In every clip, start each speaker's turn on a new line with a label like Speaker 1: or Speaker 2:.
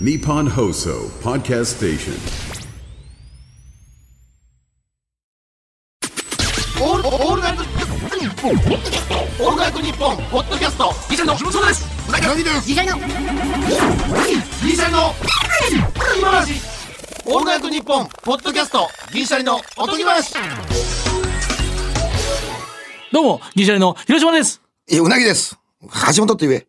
Speaker 1: Nippon Hoso Podcast Station.
Speaker 2: オールオールナイトニッポンオールナイトニッポンポッドキャストギシャリのそうです何ですギシャリのギシャリの今話オールナイトニッポンポッドキャストギシャリのおとぎ話
Speaker 3: どうも、ギリシャリの広島です。
Speaker 4: え、うなぎです。橋本って言え。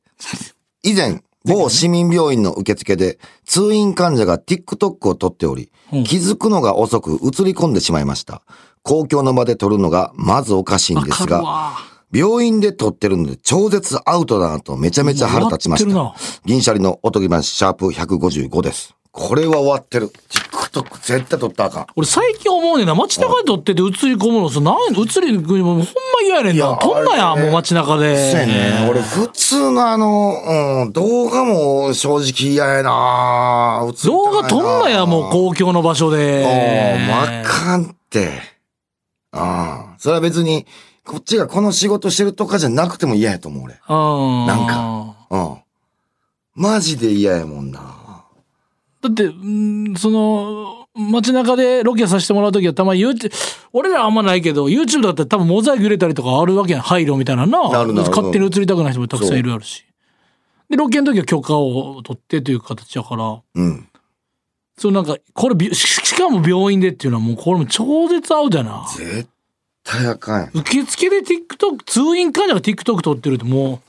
Speaker 4: 以前、某市民病院の受付で、通院患者が TikTok を撮っており、気づくのが遅く映り込んでしまいました。公共の場で撮るのがまずおかしいんです
Speaker 3: わかる
Speaker 4: が
Speaker 3: わ、
Speaker 4: 病院で撮ってるので超絶アウトだなとめちゃめちゃ腹立ちまし
Speaker 3: 終わ
Speaker 4: た
Speaker 3: って。
Speaker 4: 銀シャリのおとぎ話シャープ155です。これは終わってる。TikTok 絶対撮ったらあかん。
Speaker 3: 俺最近思うねんな、街中で撮ってて映り込むのさ、なん、映り込むのほんま嫌やねん
Speaker 4: い
Speaker 3: な。
Speaker 4: や
Speaker 3: 撮んなや
Speaker 4: あ
Speaker 3: ん、
Speaker 4: れね
Speaker 3: もう街中
Speaker 4: そうや
Speaker 3: で。
Speaker 4: ね。俺、普通のあの、うん、動画も正直嫌やな映って
Speaker 3: 動画撮んなや、もう公共の場所
Speaker 4: う
Speaker 3: で。
Speaker 4: ん、あかんって。ああ、それは別に、こっちがこの仕事してるとかじゃなくても嫌やと思う、俺。
Speaker 3: うん。
Speaker 4: なんか。うん。マジで嫌やもんな。
Speaker 3: だって、うんその、街中でロケさせてもらうときはたまに YouTube、俺らはあんまないけど、YouTube だったら多分モザイク入れたりとかあるわけやん。配慮みたいなな。
Speaker 4: なるなる
Speaker 3: 勝手に映りたくない人もたくさんいるやるし。で、ロケの時は許可を取ってという形やから。
Speaker 4: うん。
Speaker 3: そうなんか、これび、ししかも病院でっていうのはもうこれも超絶合うだな。
Speaker 4: 絶対あかんやん。
Speaker 3: 受付で TikTok、通院患者が TikTok 撮ってるっても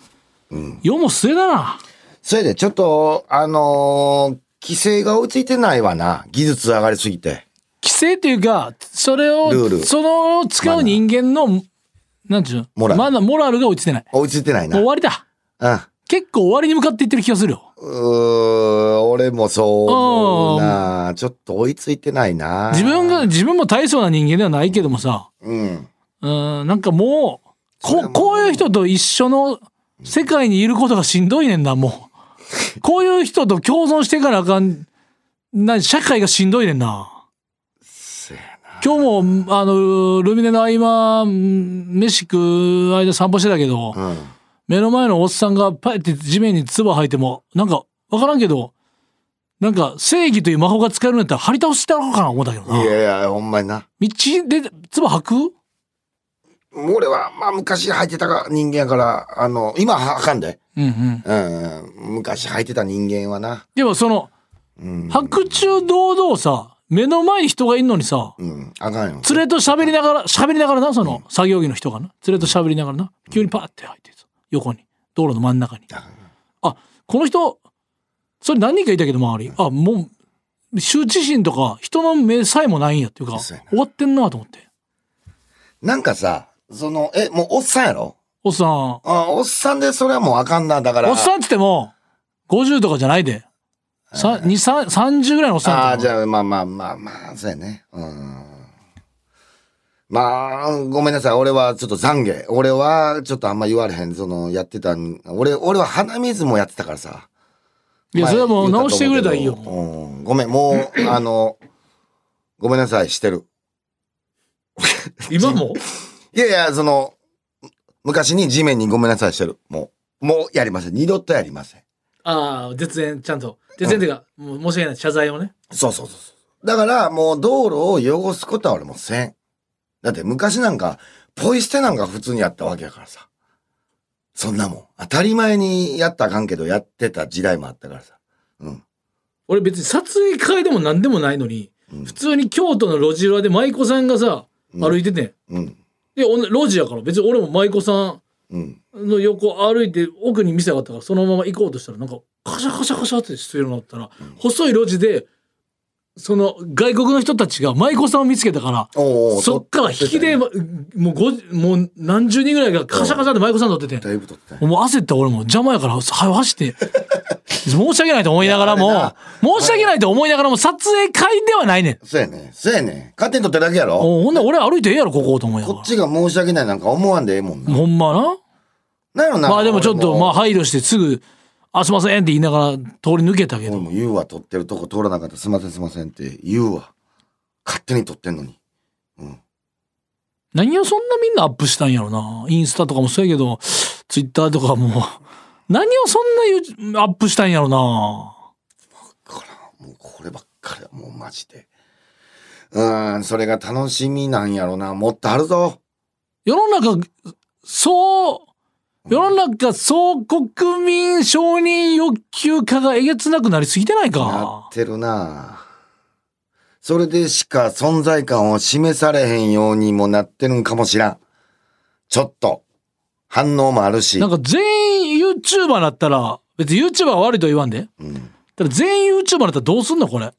Speaker 3: う、世も末だな。
Speaker 4: それで、ちょっと、あのー規制が追いついてないわな。技術上がりすぎて。
Speaker 3: 規制というか、それ
Speaker 4: ル
Speaker 3: を
Speaker 4: ー、ル
Speaker 3: その使う人間の、なんちゅうの
Speaker 4: モラル
Speaker 3: まだモラルが落ちてない。も
Speaker 4: 追いついてないうな。
Speaker 3: 終わりだ。
Speaker 4: うん。
Speaker 3: 結構終わりに向かっていってる気がするよ。
Speaker 4: うー俺もそう思うな。ちょっと追いついてないな。
Speaker 3: 自分が、自分も大層な人間ではないけどもさ、
Speaker 4: うん。
Speaker 3: うん、なんかも
Speaker 4: れ
Speaker 3: う、こ
Speaker 4: はも
Speaker 3: う、
Speaker 4: う
Speaker 3: こういう人と一緒の世界にいることがしんどいねんな、も う。こういう人と共存していかなあかん、な、社会がしんどいねんな。今日も、あの、ルミネの合間、飯食う間散歩してたけど、
Speaker 4: うん。
Speaker 3: 目の前のおっさんがパイって地面に唾吐いても、なんか、わからんけど、なんか、正義という魔法が使えるんやったら、張り倒してやろうかな思ったけど
Speaker 4: い
Speaker 3: な。
Speaker 4: やいや、ほんまにな。
Speaker 3: 道で唾吐く
Speaker 4: 俺は、まあ、昔履いてたが人間やから、あの、今はあかんで。
Speaker 3: うんうん。
Speaker 4: うん、うん。昔履いてた人間はな。
Speaker 3: でもその、
Speaker 4: うん。
Speaker 3: 白昼堂々さ、目の前に人がいんのにさ、
Speaker 4: うん。あかんよ。
Speaker 3: 連れと喋りながら、喋りながらな、その、作業着の人がな、連れと喋りながらな、急にパーって入ってさ、横に、道路の真ん中に。あ、この人、それ何人かいたけど、周り。あ、もう、羞恥心とか、人の目さえもないんやっていうか、
Speaker 4: そう
Speaker 3: 終
Speaker 4: やな
Speaker 3: わってんなと思って。
Speaker 4: なんかさ、その、え、もうおっさんやろ
Speaker 3: おっさん、
Speaker 4: あおっさんでそれはもうあかんな。だから。
Speaker 3: おっさんっつっても、50とかじゃないで。さ二三30ぐらいのおっさん
Speaker 4: あ
Speaker 3: やと
Speaker 4: あ、
Speaker 3: 思う
Speaker 4: じゃあ、まあまあまあまあ、そうやね。うん。まあ、ごめんなさい。俺はちょっと懺悔。俺はちょっとあんま言われへん。その、やってたん、俺、俺は鼻水もやってたからさ。
Speaker 3: いや、それはもう
Speaker 4: 前
Speaker 3: 直してくれたらいいよ
Speaker 4: 言う。と思うけどうん。ごめん、もう、あの、ごめんなさい、してる。
Speaker 3: 今も
Speaker 4: いやいや、その、昔に地面にごめんなさいしてる。もう、もうやりません。二度とやりません。
Speaker 3: ああ、絶縁、ちゃんと。絶縁っていうか、もう申し訳ない、謝罪をね。
Speaker 4: そうそうそうそう。だから、もう道路を汚すことは俺もせん。だって昔なんか、ポイ捨てなんか普通にやったわけやからさ。そんなもん。当たり前にやったらあかんけど、やってた時代もあったからさ。うん。
Speaker 3: 俺別に殺意会でも何でもないのに、普通に京都の路地裏で舞妓さんがさ、歩いててん。
Speaker 4: うん。
Speaker 3: で、おん路地やから、別に俺も舞妓さ
Speaker 4: うん。
Speaker 3: んの横歩いて、奥に店があったから、そのまま行こうとしたら、なんか、カシャカシャカシャってしてるようになったら、細い路地で、その外国の人たちが舞妓さんを見つけたから、
Speaker 4: おうおう
Speaker 3: そっから引きで、
Speaker 4: 撮
Speaker 3: もうごじ、もう何十人ぐらいがカシャカシャって舞妓さん撮っててん
Speaker 4: てた。よだいぶ撮ってたよ
Speaker 3: もう焦った俺も邪魔やから、はよ走って。申し訳ないと思いながら
Speaker 4: いや
Speaker 3: も
Speaker 4: あ、
Speaker 3: 申し訳ないと思いながらも、撮影会ではないねん。
Speaker 4: そうやね。そうやね。勝手に撮ってるだけやろ。
Speaker 3: おほんで俺歩いてええやろ、ここと思いなが
Speaker 4: こっ
Speaker 3: ら。
Speaker 4: ちが申し訳ないなんか思わんでええもんな。
Speaker 3: ほんまな。
Speaker 4: なんやろな。
Speaker 3: まあでもちょっと、
Speaker 4: 俺
Speaker 3: まあ配慮してすぐ、あ、すいませんって言いながら通り抜けたけ
Speaker 4: 俺
Speaker 3: ど。
Speaker 4: も言うわ、撮ってるとこ通らなかったらすいませんすいませんって言うわ。勝手に撮ってんのに。
Speaker 3: 何をそんなみんなアップしたんやろな。インスタとかもそうやけど、ツイッターとかも。何をそんな言うアップしたんやろな。
Speaker 4: こればっかりだもうマジでうーんそれが楽しみなんやろなもっとあるぞ
Speaker 3: 世の中、そう、世の中、総国民承認欲求化がえげつなくなりすぎてない
Speaker 4: な
Speaker 3: か
Speaker 4: っ。てるなそれでしか存在感を示されへんようにもなってるんかもしらんちょっと反応もあるし
Speaker 3: なんか全員 YouTuber だったら、別に YouTuber が悪いとは言わんで。
Speaker 4: うん
Speaker 3: ただ全員 YouTuber だったらどうすんのこれ。い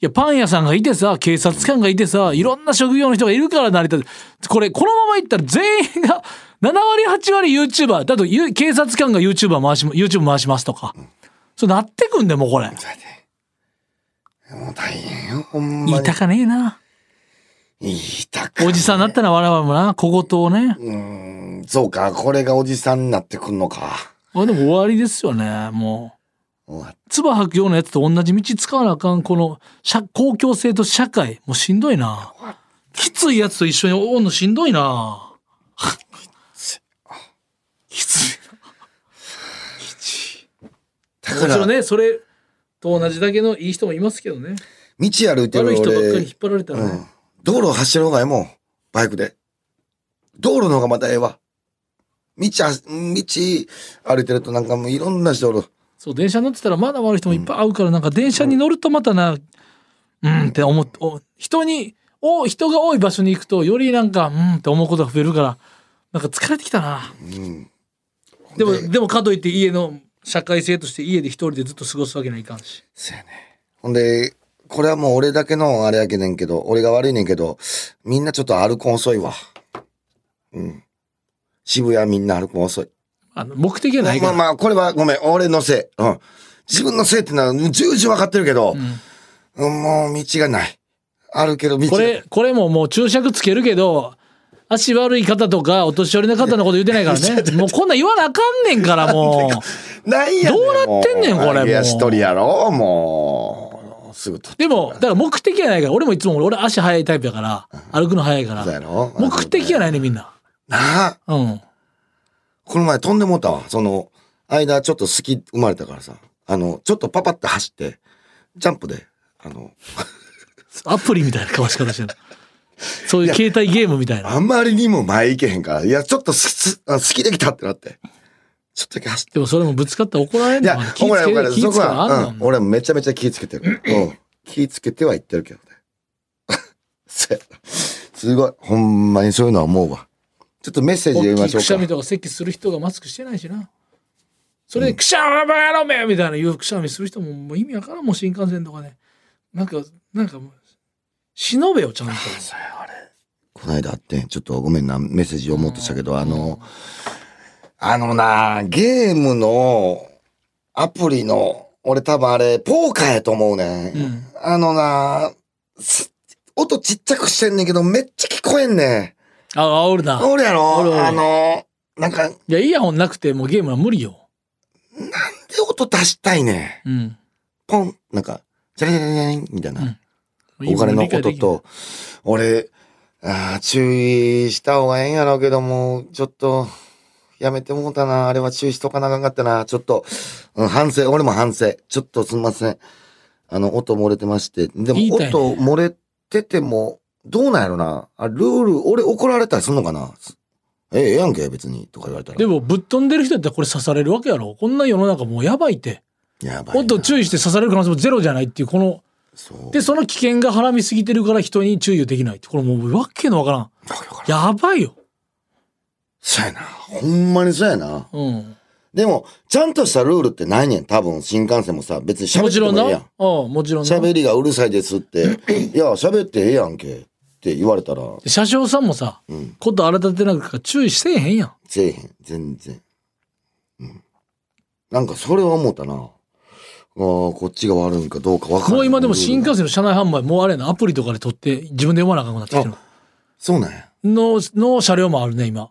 Speaker 3: や、パン屋さんがいてさ、警察官がいてさ、いろんな職業の人がいるから成り立つ。これ、このままいったら全員が7割、8割 YouTuber。だと、ゆ警察官が YouTuber 回し、YouTube 回しますとか。そうなってくんでもうこれ。
Speaker 4: それでもう大変よほん
Speaker 3: 言
Speaker 4: ま
Speaker 3: い
Speaker 4: に
Speaker 3: たかねえな。
Speaker 4: 言いたか
Speaker 3: おじさんになったら我々もな、小言をね。
Speaker 4: うーんそうかこれがおじさんになってくんのか
Speaker 3: あでも終わりですよね、もう。
Speaker 4: うわ
Speaker 3: 唾吐くようなやつと同じ道使わなあかん、この社、公共性と社会。もうしんどいな。きついやつと一緒におんのしんどいな。きつい。
Speaker 4: だ
Speaker 3: も
Speaker 4: か
Speaker 3: ちろ
Speaker 4: ら
Speaker 3: んね、それと同じだけのいい人もいますけどね。
Speaker 4: 道歩いてる
Speaker 3: 悪い
Speaker 4: 俺
Speaker 3: 人ばっかり引っ張られたら
Speaker 4: う
Speaker 3: ね
Speaker 4: ん。、道路走る方がええもんバイクで道路の方がまたええわ道あ道歩いてるとなんかもういろんな人おる
Speaker 3: そう、電車乗ってたらまだ悪い人もいっぱい会うから、なんか電車に乗るとまたな、うんって思って、お人に、お人が多い場所に行くと、よりなんか、うんって思うことが増えるから、なんか疲れてきたな。
Speaker 4: うん
Speaker 3: でも、
Speaker 4: ほん
Speaker 3: でもかといって家の社会性として家で一人でずっと過ごすわけにはいかんし。
Speaker 4: そうやねほんでこれはもう俺だけのあれやけねんけど俺が悪いねんけどみんなちょっと歩くん遅いわうん渋谷みんな歩くん遅い
Speaker 3: あの目的はないか
Speaker 4: まあ
Speaker 3: ら。
Speaker 4: まあこれはごめん俺のせいうん自分のせいってのは重々分かってるけど、うんもう道がないあるけど道が
Speaker 3: これ、これももう注釈つけるけど、足悪い方とかお年寄りの方のこと言ってない からね。もうこんなん言わなあかんねんからもう。
Speaker 4: なんやねん
Speaker 3: どうなってんねん
Speaker 4: もう
Speaker 3: これもう
Speaker 4: 揚げ足取りやろもうすぐ取って
Speaker 3: でも、だから目的はないから、俺もいつも俺俺足速いタイプやから、歩くの速いか
Speaker 4: そうや
Speaker 3: ら。
Speaker 4: ろ
Speaker 3: 目的はないねみんな。
Speaker 4: なあ
Speaker 3: うん。
Speaker 4: この前飛んでもうたわその間ちょっと好き生まれたからさあのちょっとパパって走ってジャンプであの
Speaker 3: アプリみたいなかわし方してる。そういう携帯ゲームみたいな。
Speaker 4: あんまりにも前行けへんからいやちょっとすすあ好きできたってなってちょっとだけ走って
Speaker 3: でもそれもぶつかったら怒られん
Speaker 4: い
Speaker 3: の
Speaker 4: や
Speaker 3: かな気
Speaker 4: ほ
Speaker 3: ぃ
Speaker 4: ら
Speaker 3: つけ
Speaker 4: ほら
Speaker 3: 気ぃ
Speaker 4: そこ
Speaker 3: つけなあかん
Speaker 4: は
Speaker 3: の
Speaker 4: うん俺もめちゃめちゃ気ぃつけてるうん気ぃつけては言ってるけどね せやすごいほんまにそういうのは思うわちょっとメッセージ読み
Speaker 3: 大き
Speaker 4: ま
Speaker 3: い
Speaker 4: しょ
Speaker 3: くしゃ
Speaker 4: う
Speaker 3: み
Speaker 4: か
Speaker 3: とか咳する人がマスクしてないしな。それでくしゃみやろめみたいな言うくしゃみする人ももう意味わからんもん新幹線とかね。なんか、なんかもう、忍べよちゃんと。
Speaker 4: この間あってちょっとごめんなメッセージ読もうとしたけどあのあのなゲームのアプリの俺多分あれポーカーやと思うね、
Speaker 3: うん
Speaker 4: あのなす音ちっちゃくしてんねんけどめっちゃ聞こえんね
Speaker 3: あ、煽る
Speaker 4: ん
Speaker 3: な。
Speaker 4: おるやろ
Speaker 3: おるおる
Speaker 4: あのなんか
Speaker 3: いや、イヤホンなくてもうゲームは無理よ。
Speaker 4: で音出したいね。
Speaker 3: うん。
Speaker 4: ポンなんか、ジャリジャリジャリンみたいな。お金の
Speaker 3: 今理
Speaker 4: 音
Speaker 3: 解できん。
Speaker 4: と、俺、あー注意した方がええんやろうけども、ちょっと、やめてもうたな。あれは注意しとかなあかんかったな。ちょっと、うん、反省。俺も反省。ちょっとすんません。あの、音漏れてまして。でも
Speaker 3: 言い、たいね
Speaker 4: 音漏れてても、どうなんやろな。あ、ルール、俺怒られたりすんのかな。すええ、ええやんけ、別に。とか言われたら。
Speaker 3: でもぶっ飛んでる人やったらこれ刺されるわけやろ。こんな世の中もうやばいって。
Speaker 4: やばいな。
Speaker 3: 音注意して刺される可能性もゼロじゃないっていう、この、
Speaker 4: そう。
Speaker 3: で、その危険がはらみすぎてるから人に注意できないって。これもうわけのわからん。やばいよ。
Speaker 4: そうやな。ほんまにそうやな。
Speaker 3: うん。
Speaker 4: でも、ちゃんとしたルールってないねん。多分、新幹線もさ、別に喋
Speaker 3: も
Speaker 4: っ
Speaker 3: ち
Speaker 4: て
Speaker 3: ろん
Speaker 4: も
Speaker 3: な。
Speaker 4: ええ
Speaker 3: う
Speaker 4: や
Speaker 3: ん
Speaker 4: ん。、
Speaker 3: もちろんな。
Speaker 4: 喋りがうるさいですって、い や、喋ってええやんけって言われたら、
Speaker 3: で車掌さんもさ、
Speaker 4: うん、
Speaker 3: こと改めてなんか注意せえへんやん。
Speaker 4: せえへん。全然。うん。なんか、それは思ったな。ああ、こっちが悪いんかどうかわからん。
Speaker 3: もう今でも新
Speaker 4: ルールが
Speaker 3: 幹線の車内販売、もうあれやな、アプリとかで撮って自分で読まなあかんくなってきてる
Speaker 4: そうなんや。
Speaker 3: の。の、の車両もあるね、今。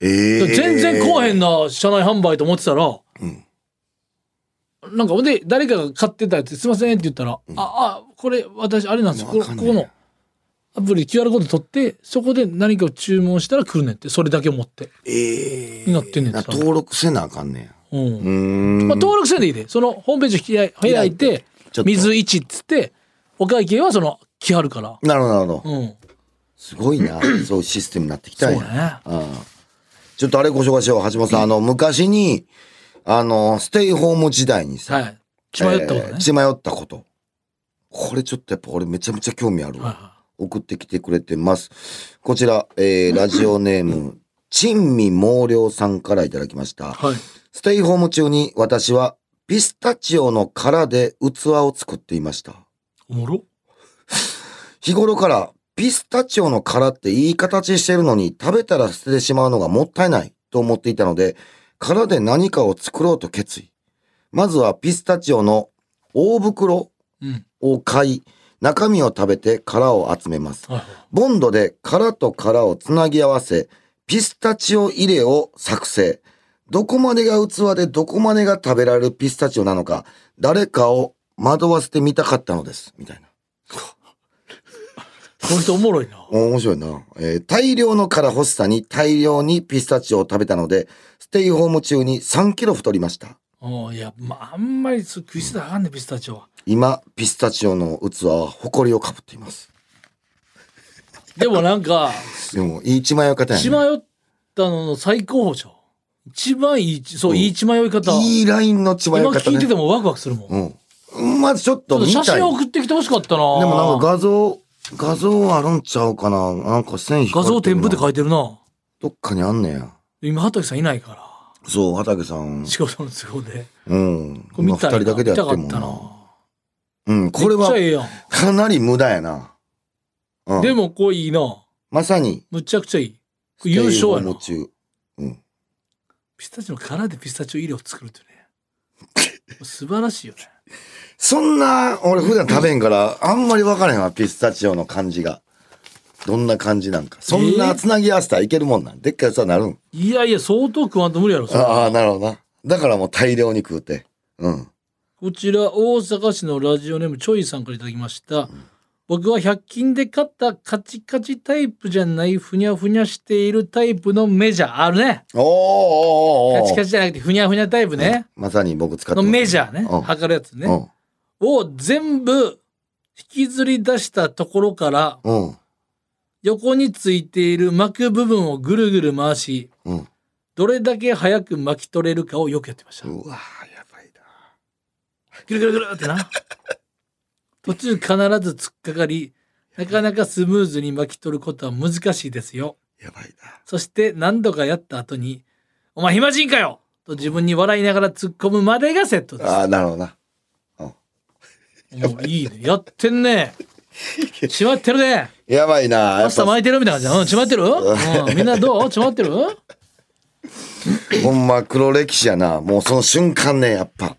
Speaker 4: ええ
Speaker 3: 全然こうへんな、車内販売と思ってたら、
Speaker 4: うん
Speaker 3: なんかほんで、誰かが買ってたやつ、すいませんって言ったら、あ、あ、これ私、あれなんですよ。こ
Speaker 4: わ
Speaker 3: こ
Speaker 4: かん
Speaker 3: こ
Speaker 4: ない
Speaker 3: このアプリ QR コード取って、そこで何かを注文したら来るねんって、それだけ持って。
Speaker 4: ええ
Speaker 3: になってんねん
Speaker 4: な登録せなあかんねや。
Speaker 3: うん
Speaker 4: うーん。
Speaker 3: まあ、登録せんでいいで。そのホームページを開い開いて、
Speaker 4: ちょっと
Speaker 3: 水1っつってお会計はその来はるから
Speaker 4: なるほど、なるほど。
Speaker 3: うん
Speaker 4: すごい な。そういうシステムになってきたん
Speaker 3: そう
Speaker 4: や
Speaker 3: ね
Speaker 4: うんちょっとあれご紹介しよう、橋本さん。あの、昔に、あの、ステイホーム時代にさ、
Speaker 3: はい血迷ったこと
Speaker 4: え
Speaker 3: ね
Speaker 4: ー、血迷ったこと。これちょっとやっぱ俺めちゃめちゃ興味あるわ。
Speaker 3: はいは
Speaker 4: 送ってきてくれてます。こちら、 えー、ラジオネーム、珍味毛量さんからいただきました。
Speaker 3: いはい
Speaker 4: ステイホーム中に私はピスタチオの殻で器を作っていました。
Speaker 3: おもろ
Speaker 4: 日頃からピスタチオの殻っていい形してるのに食べたら捨ててしまうのがもったいないと思っていたので、殻で何かを作ろうと決意。まずはピスタチオの大袋
Speaker 3: うん
Speaker 4: を買い、中身を食べて殻を集めます。
Speaker 3: はいはい
Speaker 4: ボンドで殻と殻をつなぎ合わせ、ピスタチオ入れを作成。どこまでが器でどこまでが食べられるピスタチオなのか、誰かを惑わせてみたかったのです。みたいな。
Speaker 3: この人おもろいな
Speaker 4: お面白いな。えー大量の殻欲しさに大量にピスタチオを食べたので、ステイホーム中に3キロ太りました。
Speaker 3: うんいやまああんまりそう食い捨てたらあかんねピスタチオは
Speaker 4: 今、ピスタチオの器は埃をかぶっています。
Speaker 3: でもなんか
Speaker 4: でも、いい血迷い方や
Speaker 3: 血
Speaker 4: ね。
Speaker 3: 迷ったのの最高峰じゃん一番いいそう、いい血迷い方
Speaker 4: いいラインの血迷い
Speaker 3: 今
Speaker 4: 方ね。
Speaker 3: 聞いててもワクワクするもん、
Speaker 4: うん。まずちょっと見たい。
Speaker 3: 写真送ってきてほしかったな
Speaker 4: でもなんか画像、画像あるんちゃうかななんか線引か
Speaker 3: 画
Speaker 4: れてるな
Speaker 3: 像添付って書いてるな
Speaker 4: どっかにあんねや。
Speaker 3: 今畑さんいないか
Speaker 4: そう、畑さん
Speaker 3: ら。仕事の都合で
Speaker 4: うん。
Speaker 3: これ見たい
Speaker 4: 今二人だけでやってるも
Speaker 3: 見
Speaker 4: ん
Speaker 3: たかった
Speaker 4: な。
Speaker 3: な
Speaker 4: うん、これは
Speaker 3: めっちゃええやん、
Speaker 4: かなり無駄やな。うん。
Speaker 3: でもこれいいな
Speaker 4: まさに、
Speaker 3: むちゃくちゃいいこれ優勝や
Speaker 4: ステイホー
Speaker 3: な
Speaker 4: ム中。うん。
Speaker 3: ピスタチオの殻でピスタチオ入れを作るってね素晴らしいよね
Speaker 4: そんな、俺普段食べん から、あんまり分からへんわ、ピスタチオの感じが。どんな感じなんか。そん
Speaker 3: え
Speaker 4: な
Speaker 3: ー
Speaker 4: つなぎ合わせたらいけるもんなん。でっかいやつはなるん。
Speaker 3: いやいや相当食わんと無理やろそれ
Speaker 4: ああ、なるほどな。だからもう大量に食うて。うん。
Speaker 3: こちら大阪市のラジオネームチョイさんからいただきました、僕は100均で買ったカチカチタイプじゃないふにゃふにゃしているタイプのメジャーあるね
Speaker 4: おーおーおーおー
Speaker 3: カチカチじゃなくてふにゃふにゃタイプね、
Speaker 4: まさに僕使って
Speaker 3: のメジャーね
Speaker 4: うん
Speaker 3: 測るやつ
Speaker 4: ー
Speaker 3: ねを全部引きずり出したところから
Speaker 4: うん。うん。
Speaker 3: 横についている巻く部分をぐるぐる回し
Speaker 4: うん。
Speaker 3: どれだけ早く巻き取れるかをよくやってました
Speaker 4: うわーやばいな。
Speaker 3: ぐるぐるぐるっ てな途中必ず突っかかりなかなかスムーズに巻き取ることは難しいですよ
Speaker 4: やばいな。
Speaker 3: そして何度かやった後に「お前暇人かよ!」と自分に笑いながら突っ込むまでがセットで
Speaker 4: ああ、なるほどな。
Speaker 3: すもういいねやってんねしまってるね
Speaker 4: やばいな。や
Speaker 3: パ
Speaker 4: っ
Speaker 3: スタ
Speaker 4: ぱ
Speaker 3: 巻いてるみたいな感じうんちまってる、うん、みんなどうちまってる
Speaker 4: ほんま黒歴史やな。もうその瞬間ね、やっぱ。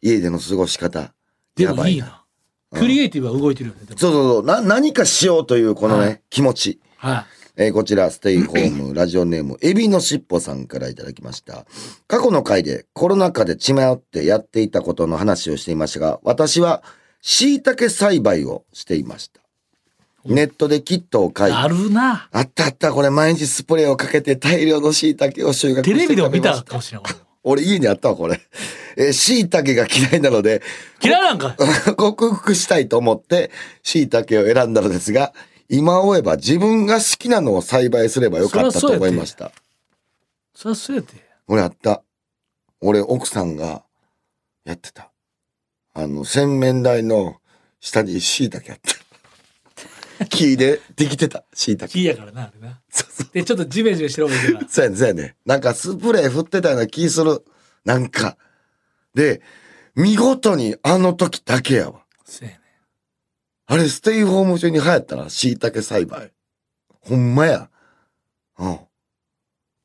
Speaker 4: 家での過ごし方。
Speaker 3: で
Speaker 4: や
Speaker 3: も
Speaker 4: ばい
Speaker 3: いい
Speaker 4: な。
Speaker 3: なクリエイティブは動いてるよねでも
Speaker 4: そうそうそう。な、何かしようというこのね、
Speaker 3: は
Speaker 4: 気持ち。
Speaker 3: はい
Speaker 4: えーこちら、ステイホーム、ラジオネーム、 エビのしっぽさんからいただきました。過去の回でコロナ禍で血迷ってやっていたことの話をしていましたが、私は椎茸栽培をしていました。ネットでキットを買い、
Speaker 3: あるな
Speaker 4: あったあった、これ毎日スプレーをかけて大量の椎茸を収穫して
Speaker 3: テレビでも見た
Speaker 4: 食べ
Speaker 3: か
Speaker 4: ま
Speaker 3: も
Speaker 4: し
Speaker 3: しれない
Speaker 4: 俺家にあったわ、これ。えー、椎茸が嫌いなので、
Speaker 3: 嫌いなんか
Speaker 4: 克服したいと思って椎茸を選んだのですが、今思えば自分が好きなのを栽培すればよかった
Speaker 3: そ
Speaker 4: と
Speaker 3: りゃそ
Speaker 4: 思
Speaker 3: うやて
Speaker 4: いました。
Speaker 3: そりゃそうやて
Speaker 4: 俺あった。俺、奥さんがやってた。あの、洗面台の下に椎茸あった。木でできてた、椎茸。
Speaker 3: 木やからなあれなでちょっとジメジメしてるわけだから
Speaker 4: そうやね、そうやね。なんかスプレー振ってたような気する。なんか。で、見事にあの時だけやわ。
Speaker 3: そうやね
Speaker 4: あれ、ステイホーム中に流行ったな、椎茸栽培。ほんまや。うん。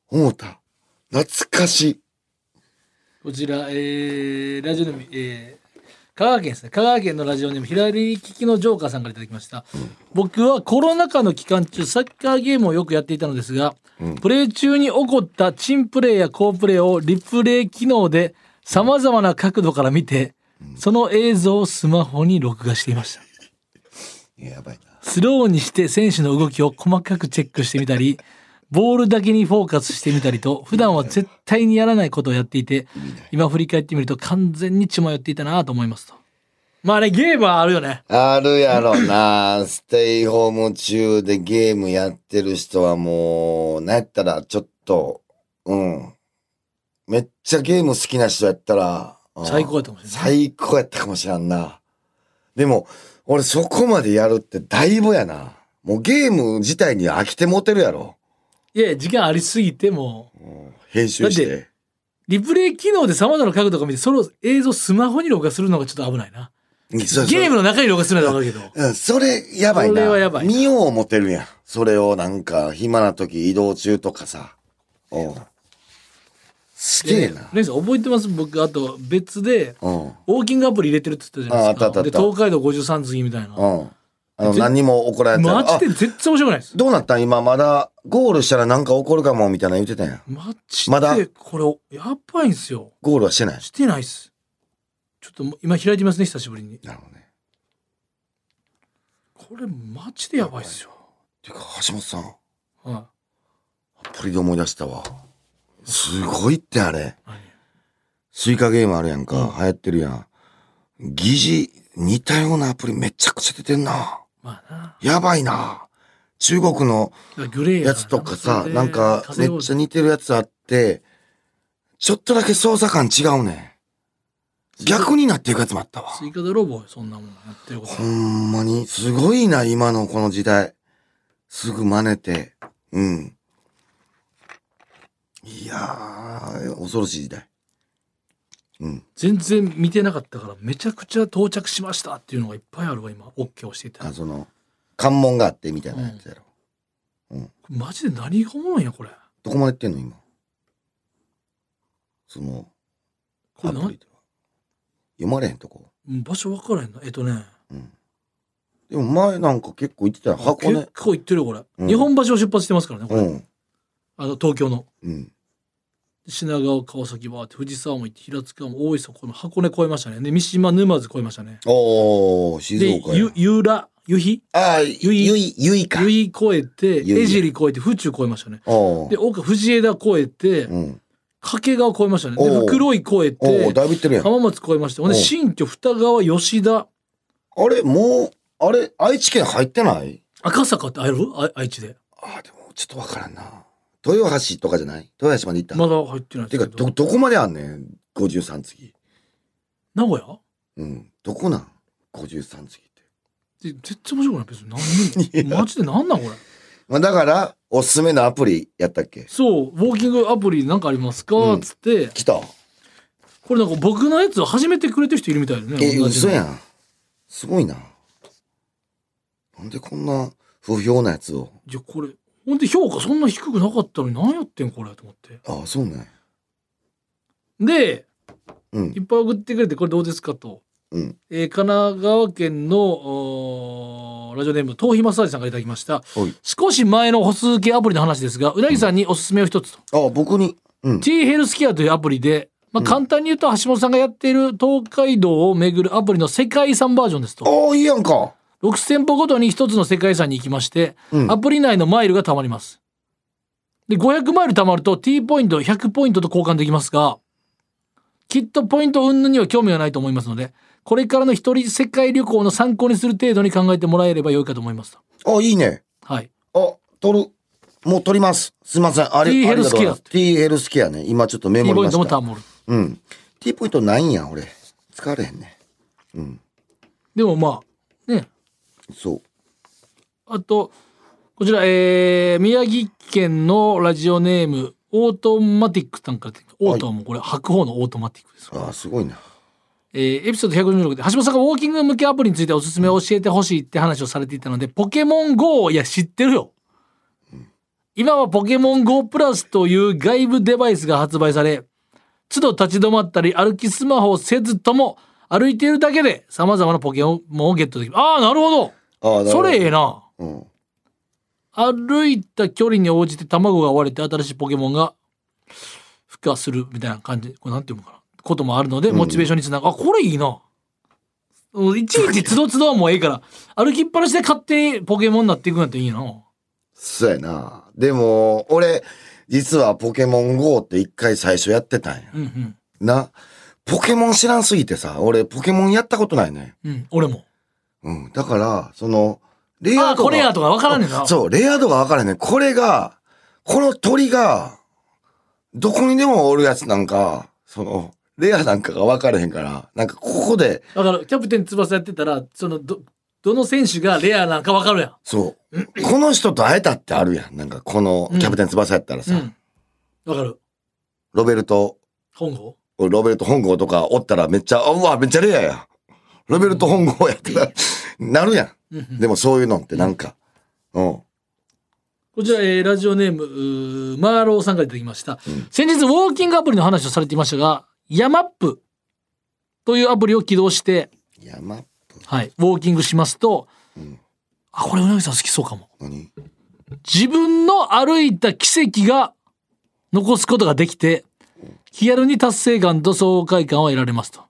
Speaker 4: 思った。懐かしい。
Speaker 3: こちら、えーラジオネーム、えー香川県ですね香川県のラジオネーム左利きのジョーカーさんからいただきました、僕はコロナ禍の期間中サッカーゲームをよくやっていたのですが、プレー中に起こったチンプレーや好プレーをリプレイ機能でさまざまな角度から見て、その映像をスマホに録画していました
Speaker 4: いややばいな。
Speaker 3: スローにして選手の動きを細かくチェックしてみた り、ボールだけにフォーカスしてみたりと、普段は絶対にやらないことをやっていて、今振り返ってみると完全に血迷っていたなと思いますと。まああれゲームはあるよね。
Speaker 4: あるやろな。ステイホーム中でゲームやってる人はもう、なんやったらちょっと、うん。めっちゃゲーム好きな人やったら、うん
Speaker 3: 最高やったかもしれない。
Speaker 4: 最高やったかもしらんな。でも、俺そこまでやるってだいぶやな。もうゲーム自体に飽きてモテるやろ。
Speaker 3: いや、時間ありすぎても、
Speaker 4: うん編集し。
Speaker 3: だってリプレイ機能で様々な角度が見て、その映像スマホに録画するのがちょっと危ないな。ゲーム
Speaker 4: ム
Speaker 3: の中に録画するのはわかるけど。
Speaker 4: うん、それやばいな。
Speaker 3: それはやばいな
Speaker 4: 見よう思てるやん。それをなんか、暇な時移動中とかさ。うん。すげえな。
Speaker 3: レンさん覚えてます僕、あと別で、
Speaker 4: うん。うん。
Speaker 3: ウォーキングアプリ入れてるって言ったじゃないですか。
Speaker 4: ああったあったあった
Speaker 3: で、東海道53次みたいな。
Speaker 4: あの、何にも怒られて
Speaker 3: マジで全然面白くないです。
Speaker 4: どうなったん今まだ、ゴールしたらなんか怒るかも、みたいなの言ってたやん。
Speaker 3: マ
Speaker 4: まだ
Speaker 3: ジで、これ、やばいんですよ。
Speaker 4: ゴールはしてない。
Speaker 3: してないっす。ちょっともう今開いてますね、久しぶりに。
Speaker 4: なるほどね。
Speaker 3: これ、マジでやばいっすよ。
Speaker 4: てか、橋本さん、
Speaker 3: は
Speaker 4: アプリで思い出したわ。すごいってあれ。
Speaker 3: い。何
Speaker 4: スイカゲームあるやんか。流行ってるやん。疑似、似たようなアプリめちゃくちゃ出てんな。
Speaker 3: まあな。
Speaker 4: やばいな。中国の
Speaker 3: だからグレー
Speaker 4: やつとかさ、なんかめっちゃ似てるやつあって、ちょっとだけ操作感違うねん。逆
Speaker 3: に。
Speaker 4: になっていくやつもあったわ。
Speaker 3: スイカ泥棒よそんなもんやってること
Speaker 4: ほ。んまに、すごいな、今のこの時代。すぐ真似て。うん。いやー、恐ろしい時代。うん。
Speaker 3: 全然見てなかったから、めちゃくちゃ到着しましたっていうのがいっぱいあるわ、今。OK をしていた
Speaker 4: あ、。その、関門があってみたいなやつやろ。
Speaker 3: マジで何がおもろいんや、これ。
Speaker 4: どこまで行ってんの、今。その、
Speaker 3: これ
Speaker 4: アプリとか読まれへんとこ。
Speaker 3: 何場所分からへんのえっとね。
Speaker 4: うん。でも前なんか結構行ってたよ。箱根
Speaker 3: 結。構行ってるよ、これ。
Speaker 4: うん
Speaker 3: 日本橋を出発してますからね、こ
Speaker 4: う
Speaker 3: れ。
Speaker 4: ん。
Speaker 3: あの、東京の。
Speaker 4: うん。
Speaker 3: 品川、川崎、バーって、藤沢も行って、平塚も大磯、この箱根越えましたね。で、三島、沼津越えましたね。
Speaker 4: おー、静
Speaker 3: で、
Speaker 4: 岡や
Speaker 3: ゆ、。ゆら、ゆひ
Speaker 4: ああ、ゆ
Speaker 3: い
Speaker 4: い、ゆい、ゆいか。
Speaker 3: ゆい越えて、
Speaker 4: ゆいや
Speaker 3: 江尻越えて、府中越えましたね。
Speaker 4: お
Speaker 3: で、
Speaker 4: ー。
Speaker 3: 岡、藤枝越えて、
Speaker 4: うん。
Speaker 3: 掛川越えましたね。で、
Speaker 4: おう
Speaker 3: 袋井越え
Speaker 4: おー、
Speaker 3: て、
Speaker 4: だいぶ行ってるやん。
Speaker 3: 浜松越えました。ほんで、
Speaker 4: おう
Speaker 3: 新居、二川、吉田、
Speaker 4: あれ、もう、あれ、愛知県入ってない
Speaker 3: 赤坂ってあるあ愛知で。
Speaker 4: ああ、でも、ちょっとわからんな。豊橋とかじゃない豊橋まで行った。
Speaker 3: まだ入ってない
Speaker 4: て
Speaker 3: で
Speaker 4: か、
Speaker 3: すけ
Speaker 4: ど、
Speaker 3: ど。
Speaker 4: どこまであんねん ?53 次。
Speaker 3: 名古屋
Speaker 4: うん。どこなん ?53 次って。
Speaker 3: で絶対面白くない。別に何 にもマジで何なんこれ。
Speaker 4: まあ、だから、おすすめのアプリやったっけ
Speaker 3: そう、ウォーキングアプリなんかありますか、
Speaker 4: うん
Speaker 3: つって、
Speaker 4: 来た。
Speaker 3: これなんか僕のやつを始めてくれてる人いるみたいだね。
Speaker 4: え、
Speaker 3: 同じ
Speaker 4: 嘘
Speaker 3: の
Speaker 4: やん。すごいな。なんでこんな不評なやつを。
Speaker 3: じゃあこれ、ほんで評価そんな低くなかったのに何やってんこれと思って。
Speaker 4: ああ、そうね。
Speaker 3: で、
Speaker 4: うん
Speaker 3: い。っぱい送ってくれて、これどうですかと。
Speaker 4: うん。
Speaker 3: えー神奈川県のおーラジオネーム頭皮マッサージさんからいただきました
Speaker 4: はい
Speaker 3: 少し前の歩数計アプリの話ですがうなぎさんにおすすめを一つと、
Speaker 4: ああ、僕に。うん。
Speaker 3: T ヘルスケアというアプリで、まあ、簡単に言うと橋本さんがやっている東海道を巡るアプリの世界遺産バージョンですと
Speaker 4: ああ、いいやんか。
Speaker 3: 6000歩ごとに一つの世界遺産に行きまして、
Speaker 4: うん
Speaker 3: アプリ内のマイルが貯まりますで500マイル貯まると T ポイント100ポイントと交換できますがきっとポイント云々には興味がないと思いますのでこれからの一人世界旅行の参考にする程度に考えてもらえれば良いかと思いますと
Speaker 4: ああ、いいね。
Speaker 3: はい
Speaker 4: あ、取る。もう取ります。すいません。あれ、
Speaker 3: T ヘルスケア
Speaker 4: ありがとうございます T ヘルスケアね。今ちょっとメ
Speaker 3: T
Speaker 4: モり
Speaker 3: ポイ
Speaker 4: ま
Speaker 3: ントも
Speaker 4: し
Speaker 3: 貯
Speaker 4: た。
Speaker 3: まる
Speaker 4: うん。T ポイントないんや、俺。使われへんね。うん。
Speaker 3: でもまあね
Speaker 4: そう。
Speaker 3: あと、こちら、えー、宮城県のラジオネーム、オートマティックさんから、オートはもうこれ、白鵬のオートマティックです。
Speaker 4: ああ、すごいな。
Speaker 3: えーエピソード146で、橋本さんがウォーキング向けアプリについておすすめを教えてほしいって話をされていたので、ポケモン GO を、いや、知ってるよ。今はポケモン GO プラスという外部デバイスが発売され、都度立ち止まったり歩きスマホをせずとも歩いているだけで様々なポケモンをゲットできる。ああ、なるほ
Speaker 4: ああ、なるほ
Speaker 3: ど。
Speaker 4: ど
Speaker 3: それええな。
Speaker 4: うん。
Speaker 3: 歩いた距離に応じて卵が割れて新しいポケモンが孵化するみたいな感じこれなんていうのかなこともあるのでモチベーションにつながる、あこれいいなうんいちいちつどつどはもうええから歩きっぱなしで勝手にポケモンになっていくなんていいな
Speaker 4: そうやな。でも、俺、実はポケモン GO って一回最初やってたんや。
Speaker 3: うんうん
Speaker 4: な。ポケモン知らんすぎてさ、俺ポケモンやったことないね。
Speaker 3: うん、俺も。
Speaker 4: うん。だから、その、レイ
Speaker 3: あ
Speaker 4: ヤ
Speaker 3: あ、
Speaker 4: ード
Speaker 3: これやとか分からんねんな。
Speaker 4: が、そう、レイヤードが分からへんねん。これが、この鳥が、どこにでもおるやつなんか、その、レアなんかが分からへんから、なんかここで、
Speaker 3: だから、キャプテン翼やってたら、その、ど、どの選手がレアなんか分かるや
Speaker 4: そう、この人と会えたってあるやん。なんかこの
Speaker 3: うん
Speaker 4: キャプテン翼やったら
Speaker 3: ん。
Speaker 4: さ、
Speaker 3: うん。分かる。
Speaker 4: ロベルト、
Speaker 3: 本郷
Speaker 4: ロベルト本郷とかおったらめっちゃ、あうわ、めっちゃレアや。ロベルト本郷やってな、なるやん。
Speaker 3: うんうん。
Speaker 4: でもそういうのってなんか、うん。
Speaker 3: こちら、えーラジオネームうーマーローさんからいただきました、先日ウォーキングアプリの話をされていましたがヤマップというアプリを起動して、
Speaker 4: 山っぽい
Speaker 3: はい、ウォーキングしますと、
Speaker 4: ん
Speaker 3: あこれうなぎさん好きそうかも
Speaker 4: のに。
Speaker 3: 自分の歩いた奇跡が残すことができて気軽に達成感と爽快感を得られますと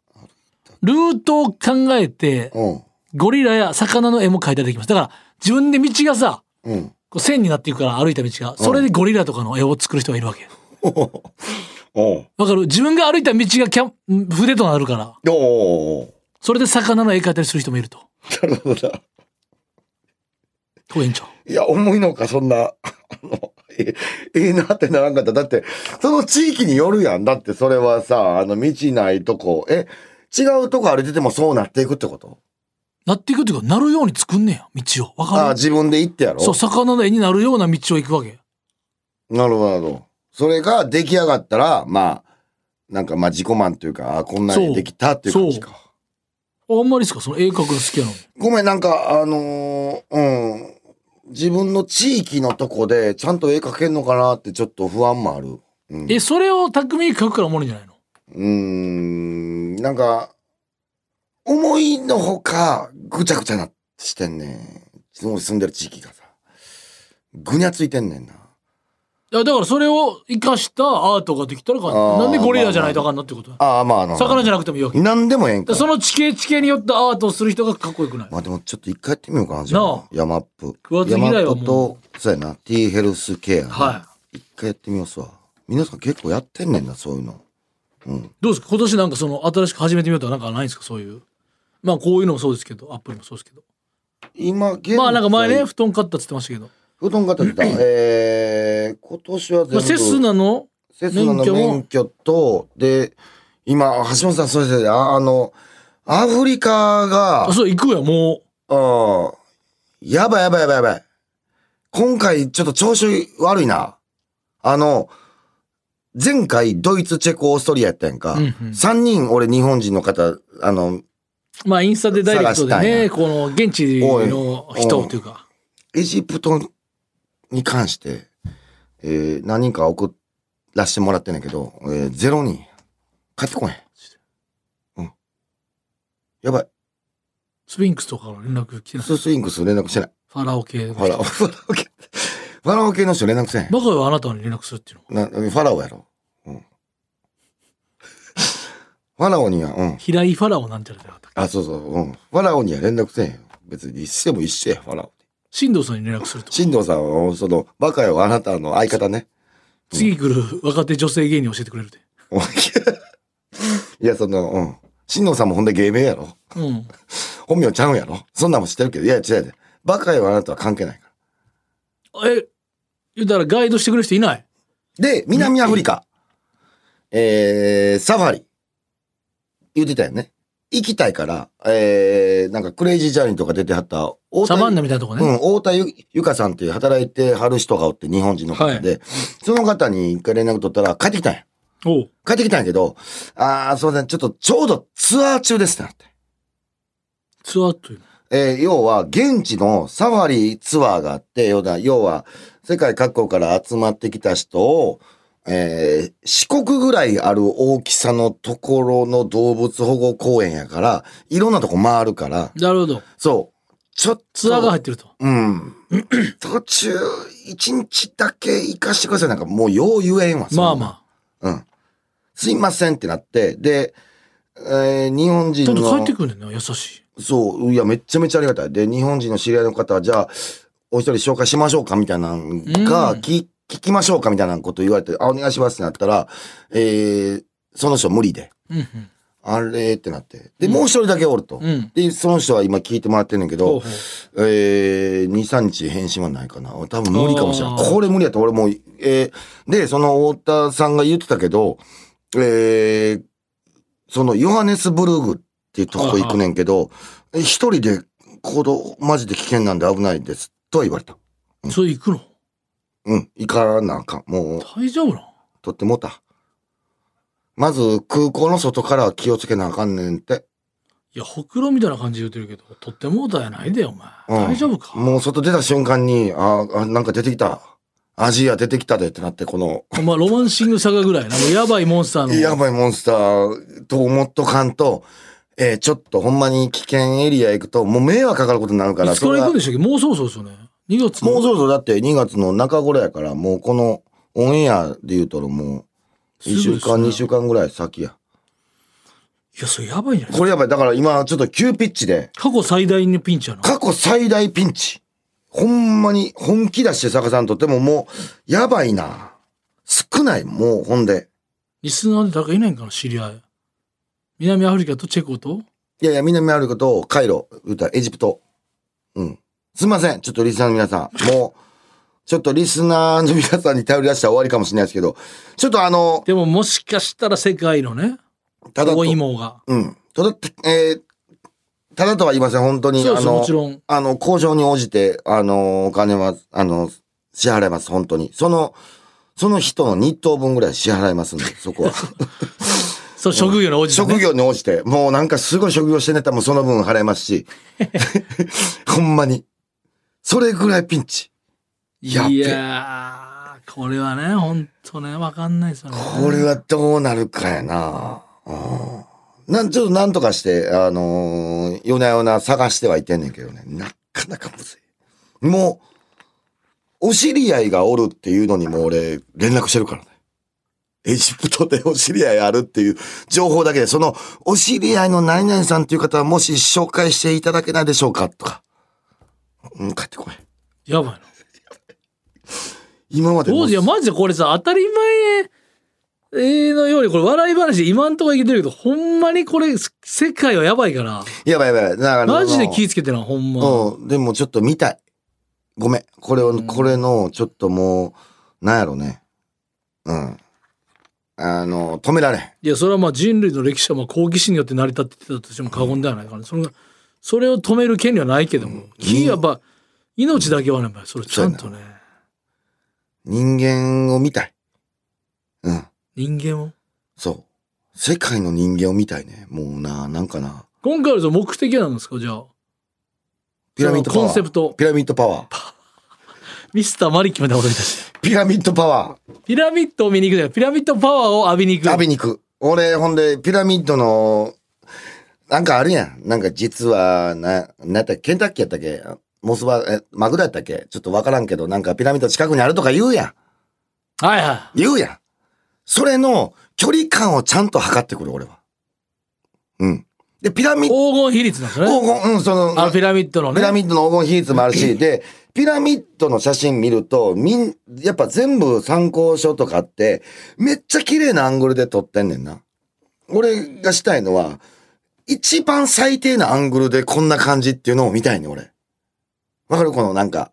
Speaker 3: ルートを考えて
Speaker 4: うん。
Speaker 3: ゴリラや魚の絵も描いたりできますだから自分で道がさ
Speaker 4: うん。
Speaker 3: こう線になっていくから歩いた道がそれでゴリラとかの絵を作る人がいるわけ
Speaker 4: おう
Speaker 3: わかる自分が歩いた道がキャン筆となるから
Speaker 4: おうおうおう
Speaker 3: それで魚の絵描いたりする人もいると
Speaker 4: なるほどな。
Speaker 3: と園長
Speaker 4: いや、重いのか、そんな。あの、えええなってならんかった。だって、その地域によるやん。だって、それはさ、あの、道ないとこ、え、違うとこ歩いててもそうなっていくってこと
Speaker 3: なっていくっていうかなるように作んねや道をわ
Speaker 4: ああ、
Speaker 3: かる
Speaker 4: 自分で行ってやろ
Speaker 3: そう魚の絵になるような道を行くわけ
Speaker 4: なるほど、なるほど。それが出来上がったら、まあ、なんか、まあ、自己満というか、あこんな
Speaker 3: そう
Speaker 4: にできたっていう感じか。
Speaker 3: あんまりですかその絵描くの好きやのに
Speaker 4: ごめん、なんか、あのーうん。自分の地域のとこで、ちゃんと絵描けんのかなって、ちょっと不安もある。うん、
Speaker 3: えそれを巧みに描くからおもろいんじゃないの
Speaker 4: うーん、なんか、思いのほか、ぐちゃぐちゃなしてんねん。俺住んでる地域がさ、ぐにゃついてんねんな。
Speaker 3: いやだからそれを生かしたアートができたらか
Speaker 4: あー
Speaker 3: なんでゴリラじゃないとあかんのってこと
Speaker 4: ああ、まあ、あの、
Speaker 3: 魚じゃなくてもいいわけ
Speaker 4: なんでもええんか
Speaker 3: で。その地形地形によったアートをする人がかっこよくない
Speaker 4: まあでもちょっと一回やってみようかな、自分
Speaker 3: なあ
Speaker 4: 山アップ。
Speaker 3: 食わず嫌いはもう
Speaker 4: 山アップと、そうやな、T ヘルスケア、。
Speaker 3: はい
Speaker 4: 一回やってみますわ。皆さん結構やってんねんな、そういうの。
Speaker 3: どうですか今年なんかその新しく始めてみようとかなんかないんですかそういうまあこういうのもそうですけどアップリもそうですけど
Speaker 4: 今、現在
Speaker 3: まあなんか前ね、布団買ったっつってましたけど、
Speaker 4: 布団型出た。えー、今年は全
Speaker 3: まあ、
Speaker 4: 部。
Speaker 3: セスナの
Speaker 4: セスナの
Speaker 3: 免許も
Speaker 4: 免許と、で、今、橋本さん、そうですね、ああの、アフリカが
Speaker 3: あ、そう行くよも
Speaker 4: うん、やばいやばいやばいやばい。今回、ちょっと調子悪いな。あの、前回、ドイツ、チェコ、オーストリアやったやんか。
Speaker 3: うんうん
Speaker 4: 3人、俺、日本人の方、あの、
Speaker 3: うまあインスタでダイレクト
Speaker 4: 探し
Speaker 3: で
Speaker 4: たん
Speaker 3: ね
Speaker 4: や
Speaker 3: この現地の人というか
Speaker 4: エジプトに関して、えー何人か送らせてもらってんねんけど、えーゼロ人。帰ってこへん。うん。やばい。
Speaker 3: スフィンクスとかの連絡来てない
Speaker 4: ススイングス連絡してない。
Speaker 3: ファラオ系
Speaker 4: ファラオ、ファラオ系。ファラオ系の人連絡せん。
Speaker 3: バカよあなたに連絡するっていうの
Speaker 4: なファラオやろ。うん。 ファラオには、うん。
Speaker 3: 平井ファラオなんちゃらじゃなかったっけ
Speaker 4: あ、そうそう、うん。ファラオには連絡せんよ。別に一緒も一緒や、ファラオ。
Speaker 3: 新藤さんに連絡すると
Speaker 4: 新藤さんは、その、バカよ、あなたの相方ね。
Speaker 3: 次来る若手女性芸人教えてくれるで
Speaker 4: おいいや、その、うん。新藤さんもほんで芸名やろ。
Speaker 3: うん
Speaker 4: 本名ちゃうんやろ。そんなんも知ってるけど、いや、違う違う。バカよ、あなたは関係ないから。
Speaker 3: え言うたらガイドしてくれる人いない
Speaker 4: で、南アフリカ。えー、サファリ。言ってたよね。行きたいから、えー、なんかクレイジージャーニーとか出てはった、大
Speaker 3: サバンナみたいなとこね、
Speaker 4: うん、太田ゆゆかさんっていう働いてはる人がおって、日本人の方で、その方に一回連絡取ったら、帰ってきたんや。
Speaker 3: おう
Speaker 4: 帰ってきたんやけど、あー、すいません、ちょっとちょうどツアー中ですってなって。
Speaker 3: ツアーというの
Speaker 4: えー要は、現地のサファリツアーがあって、要だ要は、世界各国から集まってきた人を、えー四国ぐらいある大きさのところの動物保護公園やから、いろんなとこ回るから、
Speaker 3: なるほど
Speaker 4: そう、ちょっと、
Speaker 3: ツアーが入ってると
Speaker 4: うん。途中、一日だけ行かしてください。なんかもうよう言えんわ。
Speaker 3: まあまあ
Speaker 4: あ。うん。すいませんってなって、で、えー日本人
Speaker 3: ちゃ
Speaker 4: の。
Speaker 3: んと帰ってくるねんな優しい
Speaker 4: そう、いや、めっちゃめちゃありがたい。で、日本人の知り合いの方は、じゃあ、お一人紹介しましょうかみたいなのが、
Speaker 3: うん
Speaker 4: き聞きましょうかみたいなこと言われて、あ、お願いしますってなったら、えー、その人無理で。
Speaker 3: うんうん
Speaker 4: あれってなって。で、もう一人だけおると。
Speaker 3: うん
Speaker 4: で、その人は今聞いてもらってんねんけ
Speaker 3: ほ
Speaker 4: ど
Speaker 3: うほう、
Speaker 4: えー、2、3日返信はないかな。多分無理かもしれ
Speaker 3: あ
Speaker 4: ん。
Speaker 3: ー
Speaker 4: これ無理やった。俺もう、えー、で、その太田さんが言ってたけど、えー、そのヨハネスブルーグっていうとこ行くねんけど、え一人で行動マジで危険なんで危ないです。とは言われた。
Speaker 3: それ行くの
Speaker 4: うん、行かなあかん。もう、
Speaker 3: 大丈夫なの
Speaker 4: 取ってもうた。まず、空港の外からは気をつけなあかんねんって。
Speaker 3: いや、ほくろみたいな感じで言ってるけど、とってもうたやないで、お前。
Speaker 4: うん
Speaker 3: 大丈夫か
Speaker 4: もう外出た瞬間に、ああ、なんか出てきた。アジア出てきたでってなって、この、
Speaker 3: お前、ロマンシング坂ぐらいな。もうやばいモンスターの。
Speaker 4: やばいモンスターと思っとかんと、えーちょっとほんまに危険エリア行くと、もう迷惑かかることになるから、
Speaker 3: いつから行くん
Speaker 4: それ
Speaker 3: でしたっけもうそろそろですよね。2月
Speaker 4: は
Speaker 3: の
Speaker 4: もうそろそろだって2月の中頃やから、もうこのオンエアで言うとるもう、1
Speaker 3: すぐ
Speaker 4: 週
Speaker 3: ですね
Speaker 4: 間、2週間ぐらい先や。
Speaker 3: いや、それやばいんじゃない
Speaker 4: これやばい。だから今ちょっと急ピッチで、
Speaker 3: 過去最大のピンチやな。
Speaker 4: 過去最大ピンチ。ほんまに本気出して坂さんとってももう、やばいな。少ない、もうほんで。
Speaker 3: リスナーで誰かいないんかな知り合い。南アフリカとチェコと
Speaker 4: いやいや、南アフリカとカイロ、言うたらエジプト。うん。すいません。ちょっとリスナーの皆さん。もう、ちょっとリスナーの皆さんに頼り出したら終わりかもしれないですけど、ちょっとあの、
Speaker 3: でももしかしたら世界のね、
Speaker 4: ただと、
Speaker 3: 大
Speaker 4: う
Speaker 3: 芋が。
Speaker 4: ん。ただ、えーただとは言いません。本当に。
Speaker 3: そう
Speaker 4: あ
Speaker 3: です、
Speaker 4: の
Speaker 3: もちろん。
Speaker 4: あの、交渉に応じて、あの、お金は、あの、支払います、本当に。その、その人の日当分ぐらい支払いますんで、そこは。
Speaker 3: そう、職業のおじさん、ね。
Speaker 4: 職業に応じて、もうなんかすごい職業してねたらもうその分払います し。ほんまに。それぐらいピンチ。やっべ
Speaker 3: いやー、これはね、ほんとね、わかんないですよね。
Speaker 4: これはどうなるかやな。うんなん、ちょっとなんとかして、あのー夜な夜な探してはいてんねんけどね。なかなかむずい。もう、お知り合いがおるっていうのにもう俺、連絡してるからね。エジプトでお知り合いあるっていう 情報だけで、その、お知り合いの何々さんっていう方はもし紹介していただけないでしょうかとか。うん、帰ってこい。
Speaker 3: やばいな。
Speaker 4: 今までもう
Speaker 3: 当時はマジでこれさ、当たり前のように、これ笑い話で今んとこいけてるけど、ほんまにこれ、世界はやばいから、
Speaker 4: やばいやばい。だから
Speaker 3: マジで
Speaker 4: もう
Speaker 3: 気ぃつけてな、ほんま。
Speaker 4: うん、でもちょっと見たい。ごめん。これを、これの、ちょっともう、なんやろね。うん。あの、止められん。
Speaker 3: いや、それはまあ人類の歴史はまあ好奇心によって成り立ってたとしても過言ではないからね、それが、それを止める権利はないけども、気やっぱ、命だけはね、やっぱりそれちゃんとね、
Speaker 4: 人間を見たい。うん。
Speaker 3: 人間を。
Speaker 4: そう。世界の人間を見たいね。もうな、なんかな。
Speaker 3: 今回の目的は何ですか、じゃあ。
Speaker 4: ピラミッドパワー。
Speaker 3: コンセプト
Speaker 4: ピラミッドパワー。
Speaker 3: ミスターマリキみたいなこと言いたし。
Speaker 4: ピラミッドパワ
Speaker 3: ピラミッドを見に行くじゃないピラミッドパワーを浴びに行く。
Speaker 4: ー。食べに行く。俺、ほんで、ピラミッドの、なんかあるやん。なんか実は、な、なんやったっけケンタッキーやったっけモスバ、え、マグダやったっけちょっとわからんけど、なんかピラミッド近くにあるとか言うやん。
Speaker 3: はいは
Speaker 4: 言うやん。それの距離感をちゃんと測ってくる、俺は。うん。で、ピラミ
Speaker 3: い。
Speaker 4: ッド、
Speaker 3: 黄金比率なんですね。
Speaker 4: 黄金、うん、その、
Speaker 3: あのピラミッドのね。
Speaker 4: ピラミッドの黄金比率もある し、で、ピラミッドの写真見ると、みん、やっぱ全部参考書とかあって、めっちゃ綺麗なアングルで撮ってんねんな。俺がしたいのは、一番最低なアングルでこんな感じっていうのを見たいねん、俺。わかるこのなんか、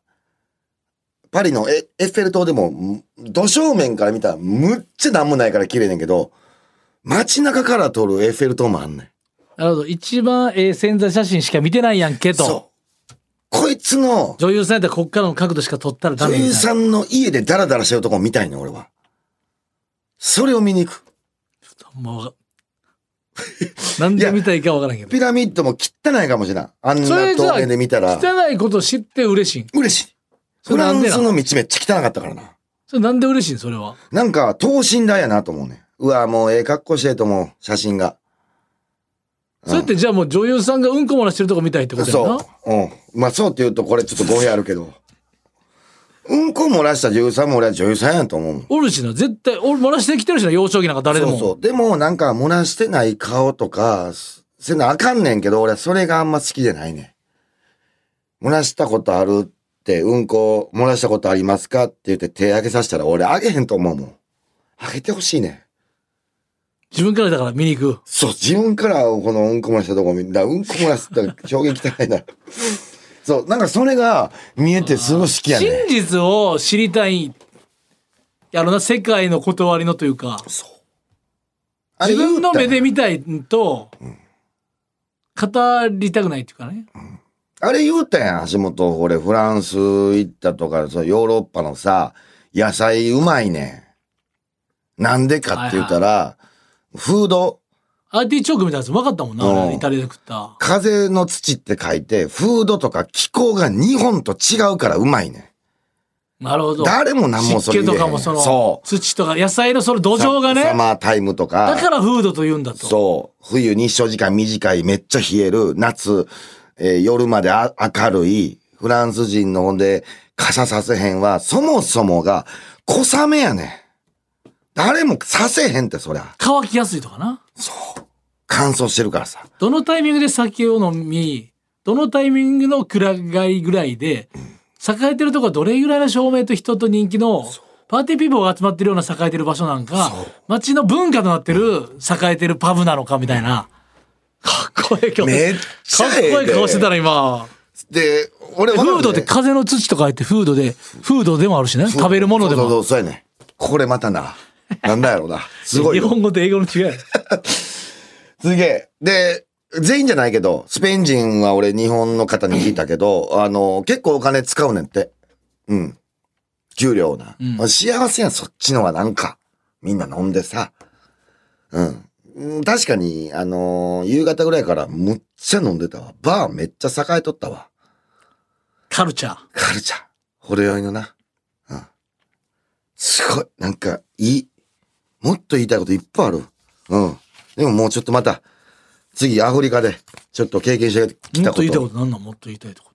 Speaker 4: パリのエエッフェル塔でも、ん土正面から見たらむっちゃなんもないから綺麗ねんけど、街中から撮るエッフェル塔もあんねん。
Speaker 3: なるほど。一番ええ潜在写真しか見てないやんけと。
Speaker 4: そう。こいつの、
Speaker 3: 女優さんやったらこっからの角度しか撮ったらダ
Speaker 4: 女
Speaker 3: メみ
Speaker 4: 優
Speaker 3: たいな。
Speaker 4: さんの家でダラダラしてるとこ見たいね、俺は。それを見に行く。
Speaker 3: もう。なんで見たいかわから んけど。
Speaker 4: ピラミッドも汚いかもしれん。あん
Speaker 3: そ
Speaker 4: な
Speaker 3: れじゃ
Speaker 4: 透
Speaker 3: あ
Speaker 4: 明で見たら。
Speaker 3: 汚いこと知って嬉しい。
Speaker 4: 嬉しい。
Speaker 3: そ
Speaker 4: フ
Speaker 3: れ
Speaker 4: ラ
Speaker 3: なん
Speaker 4: ン
Speaker 3: でな
Speaker 4: スの道めっちゃ汚かったからな。
Speaker 3: それなんで嬉しいんそれは。
Speaker 4: なんか、等身大やなと思うね。うわ、もうええ格好してと思う、写真が。
Speaker 3: それってじゃあもう女優さんがうんこ漏らしてるとこ見たいってことやな。
Speaker 4: そう。うん。まあ、そうって言うとこれちょっと語弊あるけど。うんこ漏らした女優さんも俺は女優さんやと思うもん。
Speaker 3: おるしな。絶対、お漏らしてきてるしな。幼少期なんか誰で
Speaker 4: そ
Speaker 3: も。
Speaker 4: うそう。でも、なんか、漏らしてない顔とか、すせなあかんねんけど、俺はそれがあんま好きじゃないねん。漏らしたことあるって、うんこ漏らしたことありますかって言って手あげさせたら、俺あげへんと思うもん。あげてほしいね
Speaker 3: 自分からだから見に行く。
Speaker 4: そう、自分からこのうんこ漏らしたとこ見た、うんこ漏らしたら衝撃高い な。そう、なんかそれが見えてすごい好きやねん。
Speaker 3: 真実を知りたい。やろな、世界の断りのというか、
Speaker 4: あれ
Speaker 3: 自分の目
Speaker 4: 言う
Speaker 3: で見たいんと、語りたくないっていうかね。
Speaker 4: たんあれ言うたやん、橋本。俺、フランス行ったとか、そのヨーロッパのさ、野菜うまいねん。なんでかって言ったら、フード、
Speaker 3: アーティチョークみたいなやつ、うまかったもんな、
Speaker 4: うん
Speaker 3: 俺イタリアで食った。
Speaker 4: 風の土って書いて、フードとか気候が日本と違うからうまいねん。
Speaker 3: なるほど。
Speaker 4: 誰も何も
Speaker 3: 湿
Speaker 4: それ言
Speaker 3: 気と
Speaker 4: えへん
Speaker 3: かもその、
Speaker 4: そ
Speaker 3: 土とか野菜のその土
Speaker 4: う
Speaker 3: 壌がね、
Speaker 4: ササ
Speaker 3: だ
Speaker 4: マータイムとか
Speaker 3: からフードと言うんだと。
Speaker 4: そう冬日照時間短いめっちゃ冷える夏、えー夜まであ明るいフランス人のほんで傘させへんはそもそもが小雨やねん誰もさせへんってそりゃ
Speaker 3: 乾きやすいとかな。
Speaker 4: 乾燥してるからさ
Speaker 3: どのタイミングで酒を飲み、どのタイミングの暗がりぐらいで、栄えてるとこはどれぐらいの照明と人と人気の、パーティーピーポーが集まってるような栄えてる場所なんか、街の文化となってる栄えてるパブなのかみたいな。かっこええ今日。
Speaker 4: めっちゃええで
Speaker 3: かっこいい顔してたら今。
Speaker 4: で俺
Speaker 3: フードって
Speaker 4: か
Speaker 3: 風の土と書いてフードで、フードでもあるしね。食べるもので
Speaker 4: そうそ
Speaker 3: も。
Speaker 4: うそうそうやねんこれまたななんだやろうなすごい
Speaker 3: 日
Speaker 4: よ
Speaker 3: 本語と英語の違い。
Speaker 4: すげえ。で、全員じゃないけど、スペイン人は俺日本の方に聞いたけど、あの、結構お金使うねんって。うん。給料な。
Speaker 3: う
Speaker 4: 幸せやん、そっちのはなんか。みんな飲んでさ。うん。うん確かに、あのー夕方ぐらいからむっちゃ飲んでたわ。バーめっちゃ栄えとったわ。
Speaker 3: カルチャー。
Speaker 4: カルチャー。程よいのな。うん。すごい。なんか、いい。もっと言いたいこといっぱいある。うん。でももうちょっとまた、次アフリカで、ちょっと経験してき
Speaker 3: も
Speaker 4: た
Speaker 3: っと
Speaker 4: こと。
Speaker 3: 言いたいことなんなんもっと言いたいこ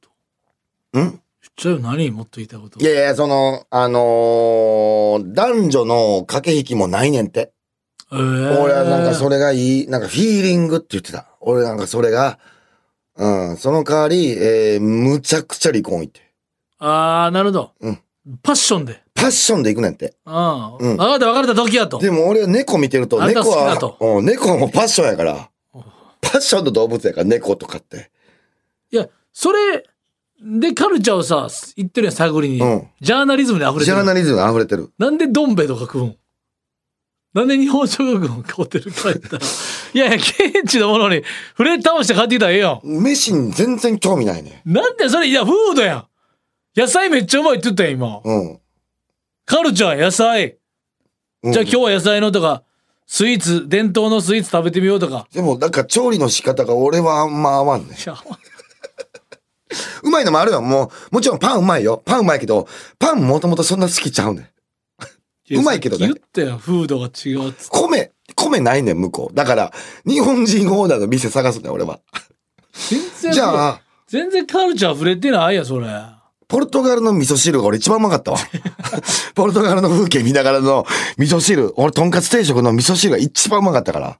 Speaker 3: と。
Speaker 4: ん
Speaker 3: 言っちゃうよ何もっと言いたいこと
Speaker 4: い。やいや、その、あのー男女の駆け引きもないねんて。俺
Speaker 3: 俺
Speaker 4: はなんかそれがいい、なんかフィーリングって言ってた。俺なんかそれが、うん、その代わり、えー、むちゃくちゃ離婚行って。
Speaker 3: ああ、なるほど。
Speaker 4: うん
Speaker 3: パッションで。
Speaker 4: パッションで行くねんて。
Speaker 3: ああ、
Speaker 4: うん
Speaker 3: 別れた別れた時やと。
Speaker 4: でも俺は猫見てると、
Speaker 3: あんた
Speaker 4: 猫
Speaker 3: 好きだ
Speaker 4: は
Speaker 3: と、
Speaker 4: うん猫はもうパッションやから、パッションの動物やから、猫とかって。
Speaker 3: いや、それでカルチャーをさ、言ってるやん、探りに。
Speaker 4: うん
Speaker 3: ジャーナリズムで溢れて
Speaker 4: ジャー
Speaker 3: る。
Speaker 4: ナリズム溢れてる。
Speaker 3: なんでどん兵衛とか食うんなんで日本食軍を買ってるか言ったら。 いやいや、現地のものに触れ倒して帰ってきたらええやん。
Speaker 4: 飯に全然興味ないね。
Speaker 3: なんでそれ、いや、フードやん。野菜めっちゃうまいって言ったやん、今。
Speaker 4: うん。
Speaker 3: カルチャー、野菜。
Speaker 4: うん
Speaker 3: じゃあ今日は野菜のとか、スイーツ、伝統のスイーツ食べてみようとか。
Speaker 4: でもなんか調理の仕方が俺はあんま合わんね。
Speaker 3: いや
Speaker 4: うまいのもあるよ。もう、もちろんパンうまいよ。パンうまいけど、パンもともとそんな好きちゃうねん。うまいけどね
Speaker 3: 言ったやん、フードが違うっつって
Speaker 4: 米、米ないねん、向こう。だから、日本人オーナーの店探すねん、俺は。
Speaker 3: 全然、
Speaker 4: じゃあ、
Speaker 3: 全然カルチャー触れてないやん、それ。
Speaker 4: ポルトガルの味噌汁が俺一番うまか ったわ。ポルトガルの風景見ながらの味噌汁。俺、とんかつ定食の味噌汁が一番うまかったから。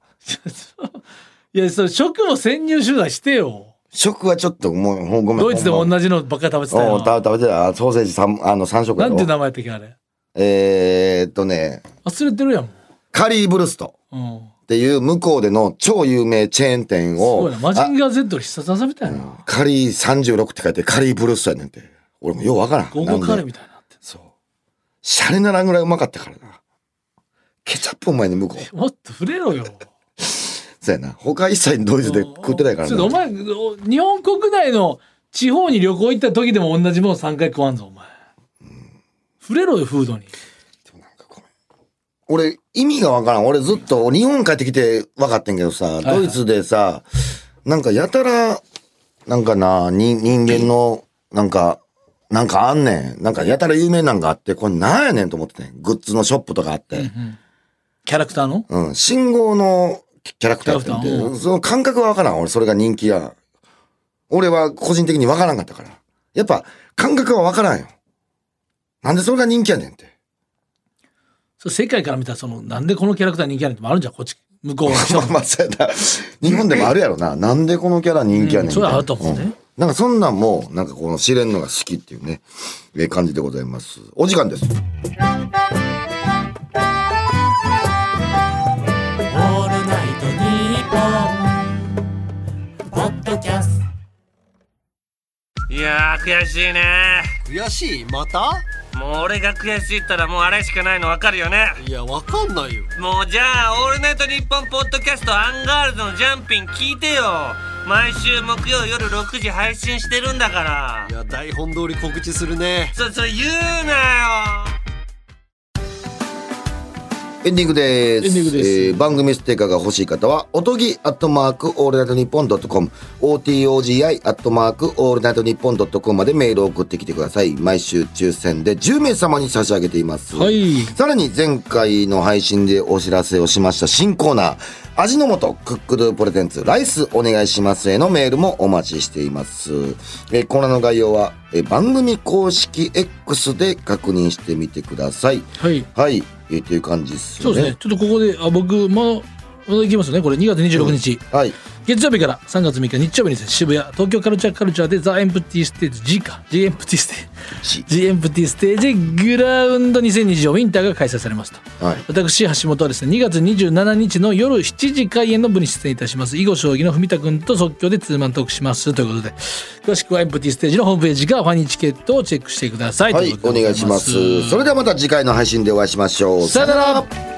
Speaker 3: いや、それ、食も潜入取材してよ。
Speaker 4: 食はちょっともう、ほんごめん。
Speaker 3: ドイツで
Speaker 4: 同
Speaker 3: も
Speaker 4: じ。
Speaker 3: 同じのばっかり食べてた
Speaker 4: お
Speaker 3: よ
Speaker 4: う。た食べてた。ソーセージ三あの三食
Speaker 3: な
Speaker 4: や
Speaker 3: ん
Speaker 4: ろ
Speaker 3: て名前やったっけ、あれ。
Speaker 4: えー、っとね、
Speaker 3: 忘れてるやん。
Speaker 4: カリーブルスト
Speaker 3: うん。
Speaker 4: っていう向こうでの超有名チェーン店
Speaker 3: すご
Speaker 4: を
Speaker 3: いな。、マジンガー Z の必殺技みたいな。
Speaker 4: あカリー36って書いてカリーブルストやねんて。俺もようわからん。
Speaker 3: ゴーゴー
Speaker 4: な
Speaker 3: カレー
Speaker 4: んで
Speaker 3: みたいになって。
Speaker 4: そう。シャレならんぐらいうまかったからな。ケチャップお前ね、向こう。
Speaker 3: もっと触れろよ。
Speaker 4: そうやな。他一切ドイツで食ってないから
Speaker 3: ちょっとお
Speaker 4: な。
Speaker 3: 前、お日本国内の地方に旅行行った時でも同じもん3回食わんぞ、お前。触れろよ、フードに。
Speaker 4: 俺、意味がわからん。俺ずっと日本帰ってきて分かってんけどさ、ドイツでさ、なんかやたら、なんかな、に人間の、なんか、なんかあんねん。なんかやたら有名なんかあって、これなんやねんと思っててん。グッズのショップとかあって。
Speaker 3: キャラクターの
Speaker 4: うん。信号のキャラクターやってん
Speaker 3: キャラクターう
Speaker 4: て、その感覚はわからん。俺、それが人気や。俺は個人的にわからんかったから。やっぱ、感覚はわからんよ。なんでそれが人気やねんって。
Speaker 3: そう世界から見たらそのなんでこのキャラクター人気あるってもあるんじゃんこっち向こうの人
Speaker 4: まあ まあ、そうやな。日本でもあるやろな。なんでこのキャラ人気やねんみたいな
Speaker 3: うんそれあると思うね
Speaker 4: んなんかそんなんも、なんかこの知れんのが好きっていうね、えー感じでございます。お時間です。
Speaker 3: オール
Speaker 5: ドキャスト
Speaker 6: いやー悔しいね
Speaker 2: 悔しいまた
Speaker 6: もう俺が悔しいったらもうあれしかないの分かるよね
Speaker 2: いやわかんないよ
Speaker 6: もうじゃあ「オールナイトニッポン」ポッドキャストアンガールズのジャンピン聞いてよ毎週木曜夜6時配信してるんだから
Speaker 2: いや台本通り告知するね
Speaker 6: そそれ言うなよ
Speaker 4: エンディングです。
Speaker 3: エンディングです
Speaker 4: えー番組ステッカーが欲しい方は、おとぎアットマークオールナイトニッポンドットコム、OTOGI アットマークオールナイトニッポンドットコムまでメールを送ってきてください。毎週抽選で10名様に差し上げています。
Speaker 3: はい
Speaker 4: さらに前回の配信でお知らせをしました新コーナー、味の素クックドゥプレゼンツライスお願いしますへのメールもお待ちしています。えーコーナーの概要は、えー番組公式 X で確認してみてください。
Speaker 3: はい
Speaker 4: はい、えーという感じです
Speaker 3: そ
Speaker 4: よ
Speaker 3: う
Speaker 4: ね。
Speaker 3: ですねちょっとここであ僕まだまだいきますよねこれ2月26日、
Speaker 4: はい。
Speaker 3: 月曜日から3月3日日曜日にですね渋谷東京カルチャーカルチャーでザ・エンプティステージ G か G エンプティステ ージ G エンプティステージグラウンド2024ウィンターが開催されますと
Speaker 4: はい。
Speaker 3: 私橋本はですね2月27日の夜7時開演の部に出演いたします囲碁将棋の文田君と即興でツーマントークしますということで詳しくはエンプティステージのホームページかファニーチケットをチェックしてください
Speaker 4: はい、お願いします。それではまた次回の配信でお会いしましょう。
Speaker 3: さよなら